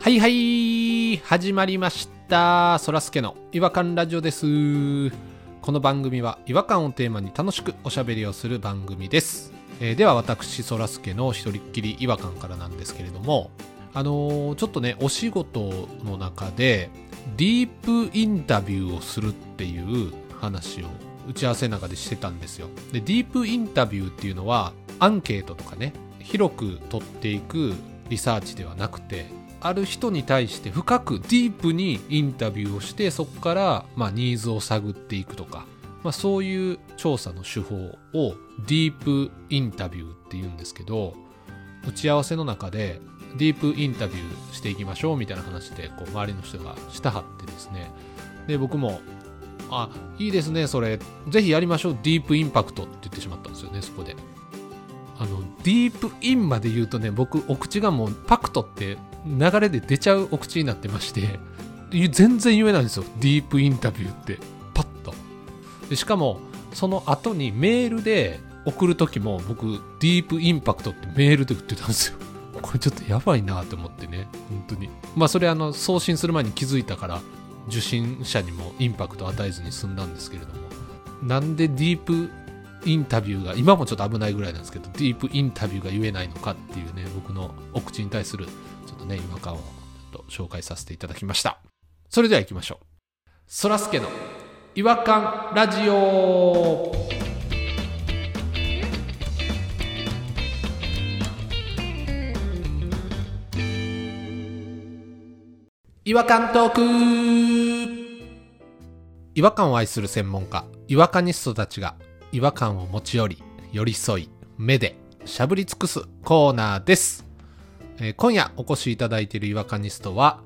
はいはい始まりましたそらすけの違和感ラジオですこの番組は違和感をテーマに楽しくおしゃべりをする番組です、えーでは私そらすけの一人っきり違和感からなんですけれどもあのーちょっとねお仕事の中でディープインタビューをするっていう話を打ち合わせの中でしてたんですよでディープインタビューっていうのはアンケートとかね広く取っていくリサーチではなくてある人に対して深くディープにインタビューをしてそこからまあニーズを探っていくとか、まあ、そういう調査の手法をディープインタビューっていうんですけど打ち合わせの中でディープインタビューしていきましょうみたいな話でこう周りの人がしたはってですねで僕も「あいいですねそれぜひやりましょうディープインパクト」って言ってしまったんですよねそこで。あのディープインまで言うとね僕お口がもうパクトって流れで出ちゃうお口になってましてい全然言えないんですよディープインタビューってパッとでしかもその後にメールで送る時も僕ディープインパクトってメールで打ってたんですよ これちょっとやばいなと思ってね本当にまあそれあの送信する前に気づいたから受信者にもインパクトを与えずに済んだんですけれどもなんでディープインタビューが今もちょっと危ないぐらいなんですけどディープインタビューが言えないのかっていうね僕のお口に対するちょっとね違和感をちょっと紹介させていただきましたそれでは行きましょうそらすけの違和感ラジオ違和感トーク違和感を愛する専門家違和感ニストたちが違和感を持ち寄り寄り添い目でしゃぶり尽くすコーナーです、えー今夜お越しいただいている違和感ニストは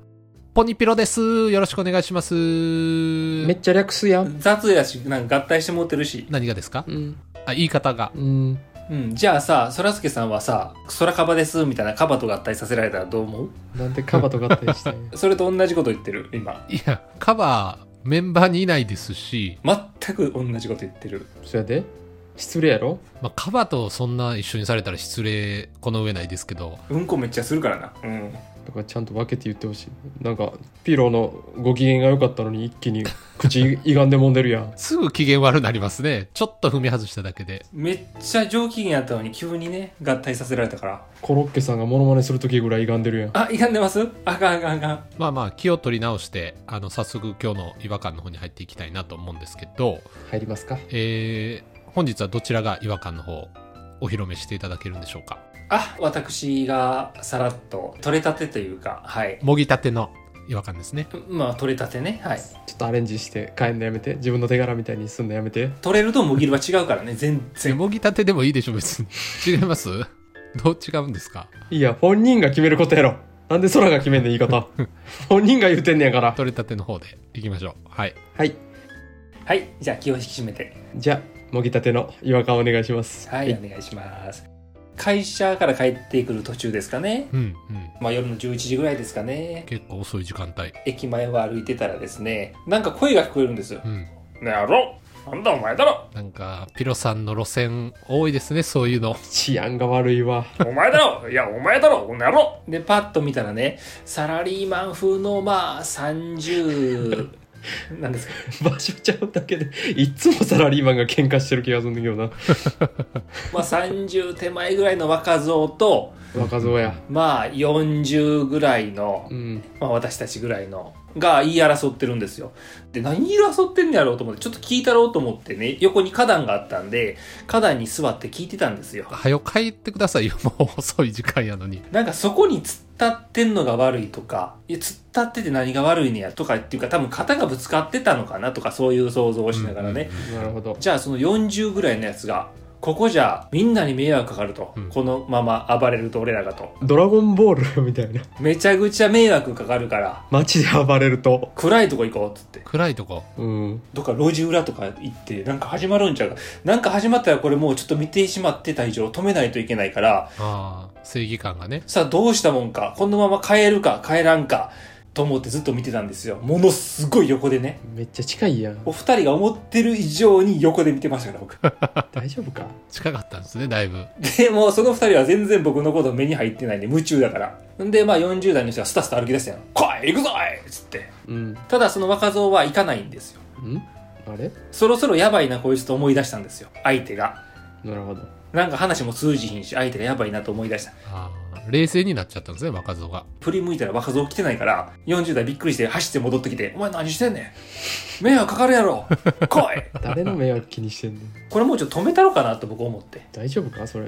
ポニピロですよろしくお願いしますめっちゃ略すやん。雑やしなんか合体して持ってるし、何がですかうん。あ言い方がうん。うん、じゃあさそらすけさんはさ「そらかばです」みたいなカバと合体させられたらどう思うなんでカバと合体した んやそれと同じこと言ってる今いやカバーメンバーにいないですし、全く同じこと言ってるそやで失礼やろまあ、カバーとそんな一緒にされたら失礼この上ないですけど。うんこめっちゃするからなうんだからちゃんと分けて言ってほしい。なんか、ピロのご機嫌が良かったのに一気に口いが んで揉んでるやんすぐ機嫌悪なりますねちょっと踏み外しただけでめっちゃ上機嫌やったのに急にね合体させられたからコロッケさんがモノマネする時ぐらいいがんでるやん。あいかんでますあかんあかんあかんまあまあ気を取り直してあの早速今日の違和感の方に入っていきたいなと思うんですけど、入りますかえー本日はどちらが違和感の方お披露目していただけるんでしょうかあ私がさらっと取れたてというかはいもぎたての違和感ですねまあ取れたてねはいちょっとアレンジして帰んのやめて。自分の手柄みたいにすんのやめて。取れるともぎるは違うからね全え然もぎたてでもいいでしょ別に違いますどう違うんですかいや、本人が決めることやろ。なんで空が決めんねん言い 方。本人が言うてんねやから。取れたての方でいきましょうはいはい。はいじゃあ気を引き締めてじゃあ、もぎたての違和感お願いします。はい、お願いします。会社から帰ってくる途中ですかね。うんうんまあ夜の11時ぐらいですかね。結構遅い時間帯駅前を歩いてたらですね、なんか声が聞こえるんですよ。うんねえ、やろなんだお前だろなんかピロさんの路線多いですねそういうの治安が悪いわ。お前だ ろいや、お前だろこの野郎で、パッと見たらね、サラリーマン風の、まあ、30、なん です か場所ちゃうだけでいっつもサラリーマンが喧嘩してる気がするんだけどなまあ、30手前ぐらいの若造と、若造やまあ、40ぐらいのう、んまあ、私たちぐらいのが言い争ってるんですよ。で何言い争ってんのやろうと思ってちょっと聞いたろうと思ってね横に花壇があったんで花壇に座って聞いてたんですよ。早く帰ってくださいよ もう遅い時間やのになんかそこに突っ立ってんのが悪いとかいや突っ立ってて何が悪いねやとかっていうか多分肩がぶつかってたのかなとかそういう想像をしながらね、うんうんうんなるほどじゃあその40ぐらいのやつがここじゃみんなに迷惑かかると、うんこのまま暴れると俺らがとドラゴンボールみた いなめちゃくちゃ迷惑かかるから街で暴れると暗いとこ行こうっつって暗いとこうんどっか路地裏とか行って、なんか始まるんちゃうか。なんか始まったらこれもうちょっと見てしまってた以上止めないといけないから、ああ正義感がねさあどうしたもんか。このまま帰るか帰らんか。と思ってずっと見てたんですよものすごい横でねめっちゃ近いやんお二人が思ってる以上に横で見てましたから僕大丈夫か近かったんですねだいぶでもうその二人は全然僕のこと目に入ってないんで夢中だからんでまあ40代の人はスタスタ歩き出したよ「来い行くぞい!」っつってうんんただその若造は行かないんですよあれそろそろやばいなこいつと思い出したんですよ相手がなるほどなんか話も通じひんし相手がやばいなと思い出したあー冷静になっちゃったんですね若造が振り向いたら若造来てないから40代びっくりして走って戻ってきて「お前何してんねん迷惑かかるやろ来い!誰の迷惑気にしてんねん」これもうちょっと止めたろかなと僕思って大丈夫かそれ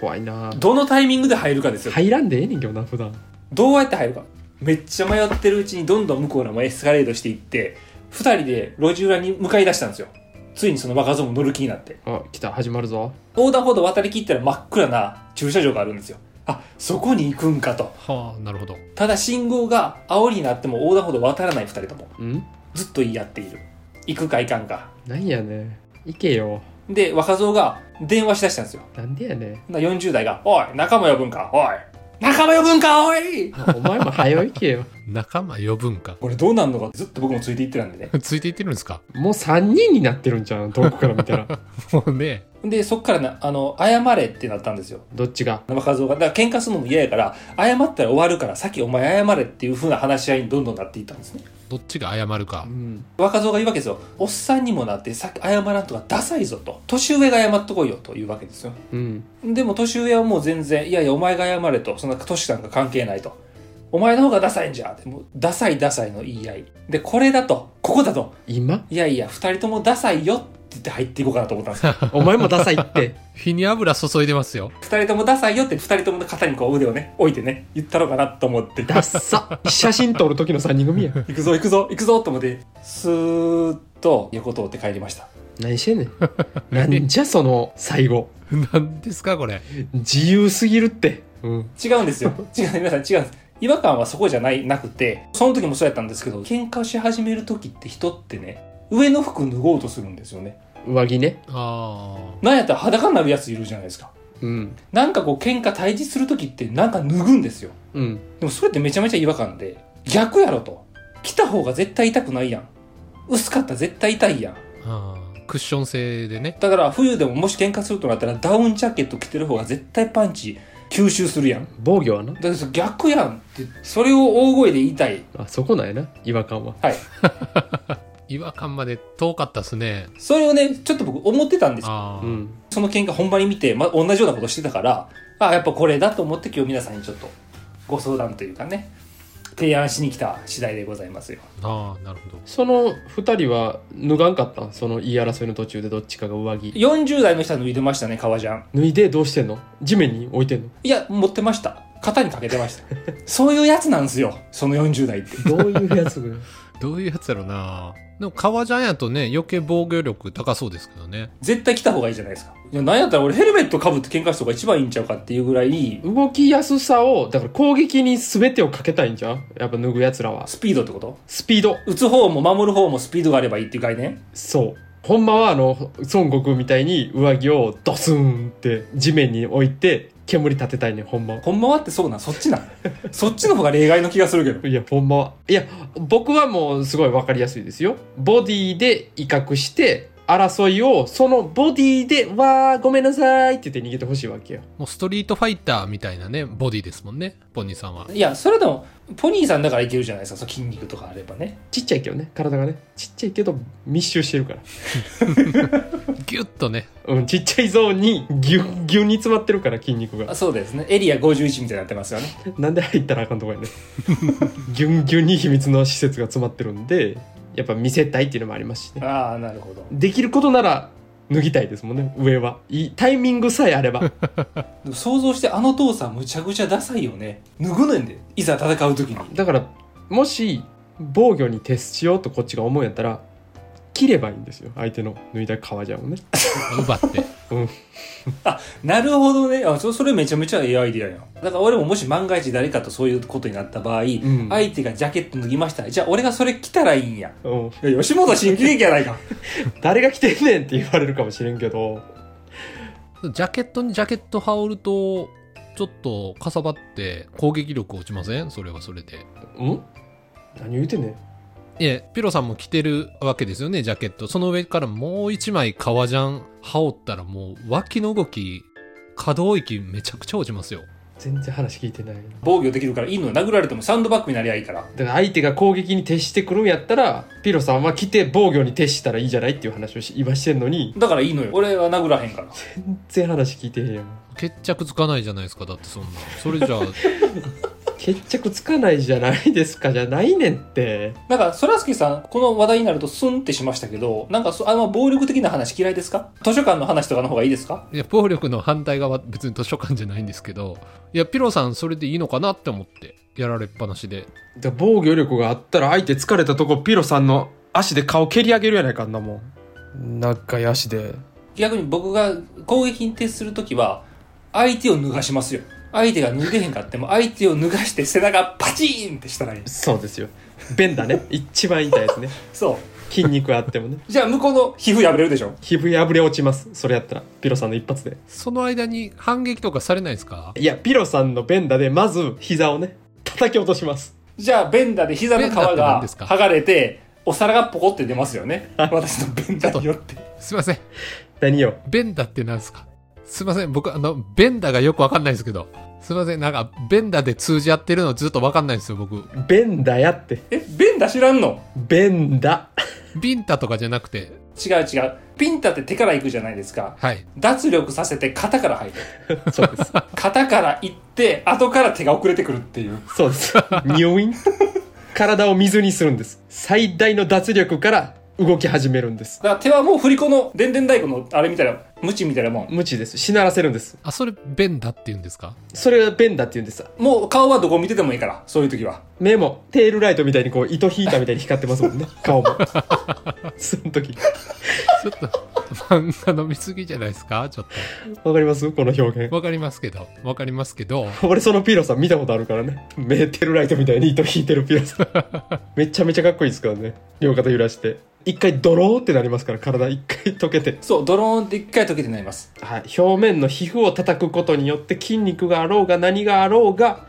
怖いなどのタイミングで入るかですよ入らんでええねんけどな普段どうやって入るかめっちゃ迷ってるうちにどんどん向こうらもエスカレードしていって2人で路地裏に向かい出したんですよついにその若造も乗る気になってあ来た始まるぞ横断歩道渡りきったら真っ暗な駐車場があるんですよあそこに行くんかとはあなるほどただ信号が青になっても横断歩道渡らない2人ともうんずっと言い合っている行くか行かんかなんやねん行けよで若造が電話しだしたんですよなんでやねんほんなら40代が「おい仲間呼ぶんかおい仲間呼ぶんかおい!お前も早行けよ仲間呼ぶんか」 これどうなんのかずっと僕もついていってたんでねついていってるんですか もう3人になってるんじゃうん遠くから見た らもうねでそっからなあの謝れってなったんですよどっちが若造がだから喧嘩するのも嫌やから謝ったら終わるから先お前謝れっていう風な話し合いにどんどんなっていったんですねどっちが謝るかうん若造が言うわけですよおっさんにもなって先謝らんとかダサいぞと年上が謝っとこいよというわけですようんでも年上はもう全然いやいやお前が謝れとそんな年なんか関係ないとお前の方がダサいんじゃってもうダサいダサいの言い合いでこれだとここだと今いやいや2人ともダサいよって言って入っていこうかなと思ったんですよお前もダサい って火に油注いでますよ 二人ともダサいよって二人ともの肩にこう腕をね置いてね言ったろうかなと思ってダッサ写真撮る時の3人組や行くぞ行くぞ行くぞと思ってスーッと横通って帰りました何してんね んなんじゃその最後何ですかこれ自由すぎるってうん違うんですよ違う皆さん違うんです違和感はそこじゃないなくてその時もそうやったんですけど喧嘩し始める時って人ってね上の服脱ごうとするんですよね上着ねあなんやったら裸になるやついるじゃないですかうんなんかこう喧嘩対峙する時ってなんか脱ぐんですようんでもそれってめちゃめちゃ違和感で逆やろと来た方が絶対痛くないやん薄かったら絶対痛いやんーあークッション性でねだから冬でももし喧嘩するとなったらダウンジャケット着てる方が絶対パンチ吸収するやん防御はなだからそれ逆やんってそれを大声で言いたいあそこなんやな違和感ははい違和感まで遠かったっすねそれをねちょっと僕思ってたんですよあうーんその喧嘩本番に見て、ま、同じようなことしてたからあやっぱこれだと思って今日皆さんにちょっとご相談というかね提案しに来た次第でございますよあーなるほどその2人は脱がんかったんその言い争いの途中でどっちかが上着40代の人は脱いでましたね革ジャン脱いでどうしてんの地面に置いてんのいや持ってました肩にかけてましたそういうやつなんですよその40代ってどういうやつがどういうやつだろうなでも革ジャンやとね余計防御力高そうですけどね絶対来た方がいいじゃないですか。いや、なんやったら俺ヘルメット被って喧嘩した方が一番いいんちゃうかっていうぐらい、動きやすさをだから攻撃に全てをかけたいんじゃんやっぱ脱ぐやつらはスピードってことスピード打つ方も守る方もスピードがあればいいっていう概念そうほんまはあの孫悟空みたいに上着をドスンって地面に置いて煙立てたいねんほんまはほんまはってそうなんそっちなんそっちの方が例外の気がするけど。いやほんまはいや僕はもうすごい分かりやすいですよボディで威嚇して争いをそのボディで「わあごめんなさい」って言って逃げてほしいわけよもうストリートファイターみたいなねボディですもんねポニーさんはいや、それでも、ポニーさんだからいけるじゃないですか、そう筋肉とかあればね。ちっちゃいけどね体がねちっちゃいけど密集してるからギュッとねうんちっちゃいゾーンにギュッギュッに詰まってるから筋肉があそうですね。エリア51みたいになってますよね。なんで入ったらあかんとこやねギュンギュンに秘密の施設が詰まってるんでやっぱ見せたいっていうのもありますしね ああ、なるほど。できることなら脱ぎたいですもんね上はいいタイミングさえあればでも想像してあの父さんむちゃくちゃダサいよね。脱ぐねんで。いざ戦う時に。だからもし防御に徹しようとこっちが思うんやったら切ればいいんですよ相手の脱いだ革ジャンをね奪ってなるほどね。あ、そそれめちゃめちゃええアイディアやん。だから俺ももし万が一誰かとそういうことになった場合、ん相手がジャケット脱ぎました。じゃあ俺がそれ着たらいいんや。うんいや、吉本新喜劇やないか。誰が着てんねんって言われるかもしれんけどジャケットにジャケット羽織るとちょっとかさばって攻撃力落ちませんそれはそれでん何言うてんねんいえピロさんも着てるわけですよねジャケットその上からもう一枚革ジャン羽織ったらもう脇の動き可動域めちゃくちゃ落ちますよ全然話聞いてないだ 防御できるから犬は殴られてもサンドバッグになりゃいいからから相手が攻撃に徹してくるんやったらピロさんは来て防御に徹したらいいじゃないっていう話をし今してんのにだからいいのよ俺は殴らへんから全然話聞いてへんやん決着つかないじゃないですかだってそんなそれじゃあ決着つかないじゃないですかじゃないねんってなんか、そらすけさん、この話題になるとスンってしましたけど、なんかそ、あの、暴力的な話嫌いですか図書館の話とかの方がいいですかいや暴力の反対側別に図書館じゃないんですけどいやピロさんそれでいいのかなって思ってやられっぱなしでだから防御力があったら相手疲れたとこピロさんの足で顔蹴り上げるやないかあんなもん長い足で逆に僕が攻撃に徹するときは、相手を脱がしますよ。相手が脱げへんかっても、相手を脱がして背中パチーンってしたらいい。そうですよベンだね 一番痛いですねそう。筋肉あってもねじゃあ、向こうの皮膚破れるでしょ皮膚破れ落ちますそれやったらピロさんの一発でその間に反撃とかされないですかいやピロさんのベンダでまず膝をね叩き落としますじゃあ、ベンダで膝の皮ベンダって何がですか剥がれて、お皿がポコって出ますよね。私のベンダに よって。すいません何よベンダって何ですかすいません僕あのベンダがよくわかんないですけどすいませんなんかベンダで通じ合ってるのずっとわかんないんですよ僕ベンダやってえ、ベンダ知らんのベンダビンタとかじゃなくて違う違う。ピンタって手から行くじゃないですか。はい脱力させて肩から入る。そうです肩から行って後から手が遅れてくるっていうそうです入院体を水にするんです最大の脱力から動き始めるんですだから手はもう振り子のでんでん太鼓のあれみたいな無知みたいなもん無知ですしならせるんですあそれベンダって言うんですかそれがベンダって言うんですもう顔はどこ見ててもいいからそういう時は目もテールライトみたいにこう糸引いたみたいに光ってますもんね顔もその時ちょっと漫画飲みすぎじゃないですかちょっわかりますこの表現とわかりますけどわかりますけど俺そのピロさん見たことあるからね目テールライトみたいに糸引いてるピロさんめちゃめちゃかっこいいですからね両肩揺らして一回ドローってなりますから体一回溶けてそうドローンって一回時でなりますはい、表面の皮膚を叩くことによって筋肉があろうが何があろうが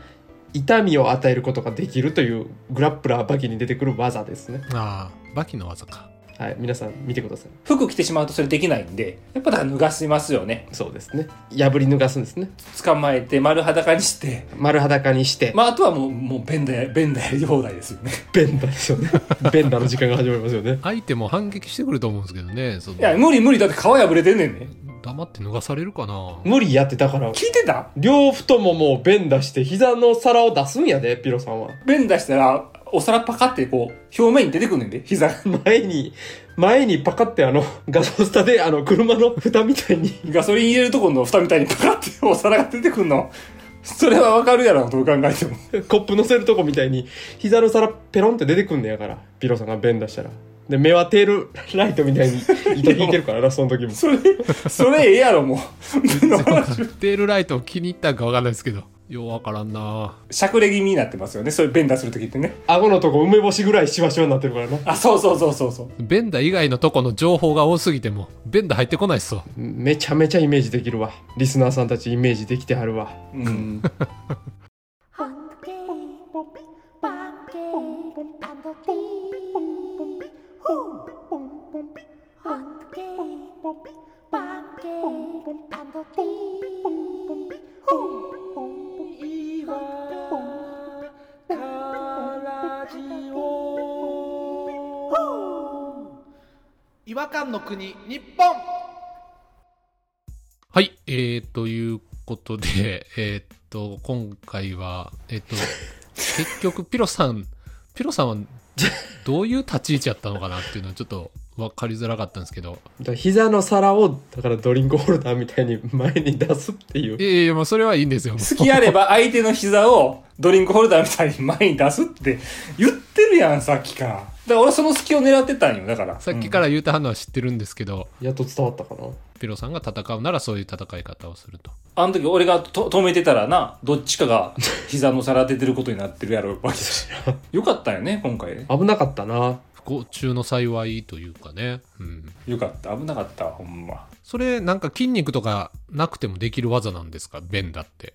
痛みを与えることができるというグラップラーバキに出てくる技ですね。ああバキの技かはい、皆さん見てください。服着てしまうとそれできないんでやっぱだから脱がしますよねそうですね。破り脱がすんですね。捕まえて丸裸にして丸裸にして、まああとはもうもうベンダやベンダやり放題ですよね ベンダですよね。ベンダの時間が始まりますよね。相手も反撃してくると思うんですけどねそのいや無理無理だって皮破れてんねんね黙って脱がされるかな無理やってだから、聞いてた両太ももをベンダして膝の皿を出すんやで、ピロさんは。ベンダしたらお皿パカってこう表面に出てくるねんで膝が前に、前にパカってあの、ガソスタであの車の蓋みたいにガソリン入れるところの蓋みたいにパカってお皿が出てくんの。それはわかるやろ、どう考えても。 コップ乗せるとこみたいに膝の皿ペロンって出てくんねやからピロさんが便出したらで目はテール ライトみたいに糸引いてる からなその時もそれ、それええやろ、もう。テールライトを気に入ったんかわかんないですけどようわからんなしゃくれ気味になってますよね、そういうベンダーするときってね。顎のとこ梅干しぐらいシワシワになってるからなあ、そうそうそうそうそう。ベンダ以外のとこの情報が多すぎてもベンダ入ってこないっすわめちゃめちゃイメージできるわリスナーさんたちイメージできてはるわうん。 Hungry. 違和感の国日本はいえー、ということでえーっと今回はえーっと結局ピロさんピロさんはどういう立ち位置やったのかなっていうのはちょっと分かりづらかったんですけどだから膝の皿をだからドリンクホルダーみたいに前に出すっていういやいやまあそれはいいんですよ好きあれば相手の膝をドリンクホルダーみたいに前に出すって言ってるやん、さっきから。だから俺その隙を狙ってたんよ、だから。さっきから言うたはんのは知ってるんですけど、やっと伝わったかなピロさんが戦うならそういう戦い方をするとあの時俺がと止めてたらな、どっちかが膝の皿出てることになってるやろ、わけだし。よかったよね、今回ね。危なかったな不幸中の幸いというかね、うん、よかった危なかったほんまそれなんか筋肉とかなくてもできる技なんですかベンダって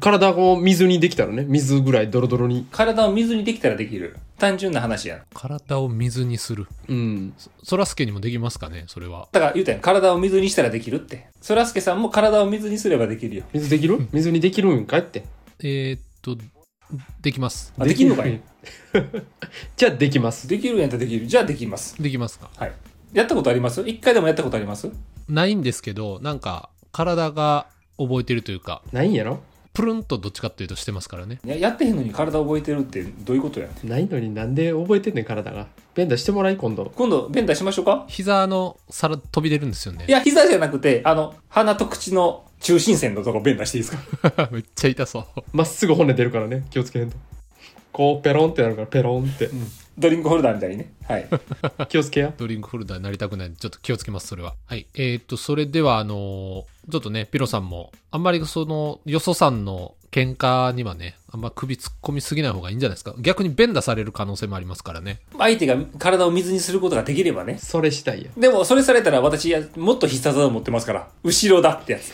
体を水にできたらね、水ぐらいドロドロに。体を水にできたらできる。単純な話やん。体を水にする。うん。そらすけにもできますかね、それは。だから言うたやん。体を水にしたらできるって。そらすけさんも体を水にすればできるよ。水できる水にできるんかいって。えー、っと、できます。あできんのかい じゃあできます。できるやんとできる。じゃあできます。できますか。はい。やったことあります一回でもやったことありますないんですけど、なんか、体が覚えてるというか、ないんやろプルンとどっちかっていうとしてますからね。いややってへんのに体覚えてるってどういうことやん。ないのになんで覚えてんねん体が。ベンダーしてもらい今度。今度、ベンダーしましょうか膝の皿飛び出るんですよねい。や、膝じゃなくて、あの、鼻と口の中心線のとこベンダーしていいですか めっちゃ痛そう。まっすぐ骨出るからね。気をつけへんと。こうペロンってなるからペロンって。ドリンクホルダーみたいにね。はい。気をつけや。ドリンクホルダーになりたくないんで、ちょっと気をつけます、それは。はい。えー、っと、それでは、あのーちょっとね、ピロさんも、あんまりその、よそさんの喧嘩にはね、あんま首突っ込みすぎない方がいいんじゃないですか。逆に弁打される可能性もありますからね。相手が体を水にすることができればね。それしたいや。でも、それされたら私、いやもっと必殺技を持ってますから。後ろだってやつ。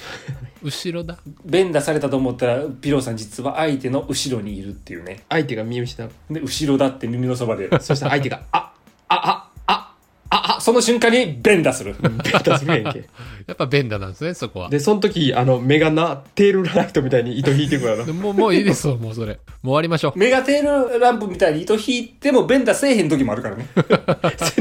後ろだ。ベンダーされたと思ったら、ピローさん実は相手の後ろにいるっていうね。相手が見失う。で、後ろだって耳のそばで。そしたら相手が、あ あ、あ、あ、あ、あ、あ、その瞬間にベンダーする。ベンダーするやんけ。やっぱ弁打なんですね、そこは。で、その時、あの、目がな、テールライトみたいに糸引いてくからなで。もう、もういいですよ、もうそれ。もう終わりましょう。 メガテールランプみたいに糸引いてもベンダーせえへん時もあるから ね。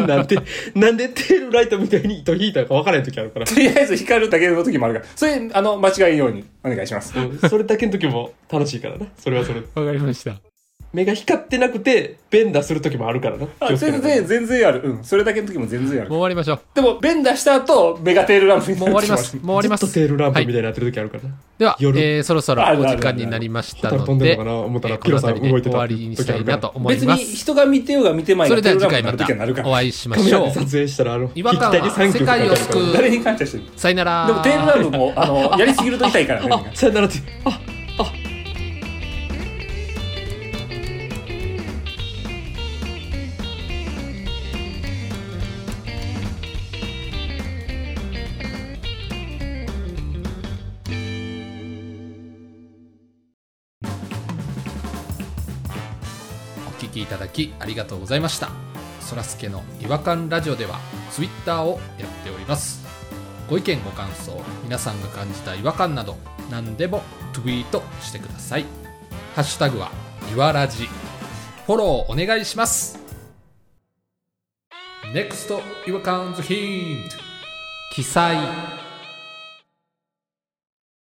なんで、なんでテールライトみたいに糸引いたか分からへん時あるから。とりあえず光るだけの時もあるから。それ、あの、間違えんようにお願いします。うんそれだけの時も楽しいからな。それはそれで。わかりました。目が光ってなくて、ベンダーする時もあるからな。気あをつけ全ながら然、全然ある。うん。それだけの時も全然あもうる。終わりましょう。でも、ベンダーした後、メガテールランプにもなう終わるり時ます。もう終わりまずっとす。テールランプみたいになってる時あるからな。では、え夜ー、そろそろあるあおるあ時る間になりました蛍の飛んで、えでるのかな思ったらーこピのロさん辺りで動いて終たわりにしたいなと思い別まにす。人が見てようが見てまいそがれテでーはル次ラン回プにまなるた時はなるから。お会いしまカメしラょでう。撮影したら、あの、違和感は引き手に3曲世界をかか救るうから誰に感謝 してるさよなら。でもテールランプも、あの、やりすぎると痛いから ね。みんなさよならって。あ、お聞きいただきありがとうございましたそらすけの違和感ラジオではツイッターをやっておりますご意見ご感想皆さんが感じた違和感など何でもツイートしてくださいハッシュタグはいわらじフォローお願いします NEXT 違和感ズヒント記載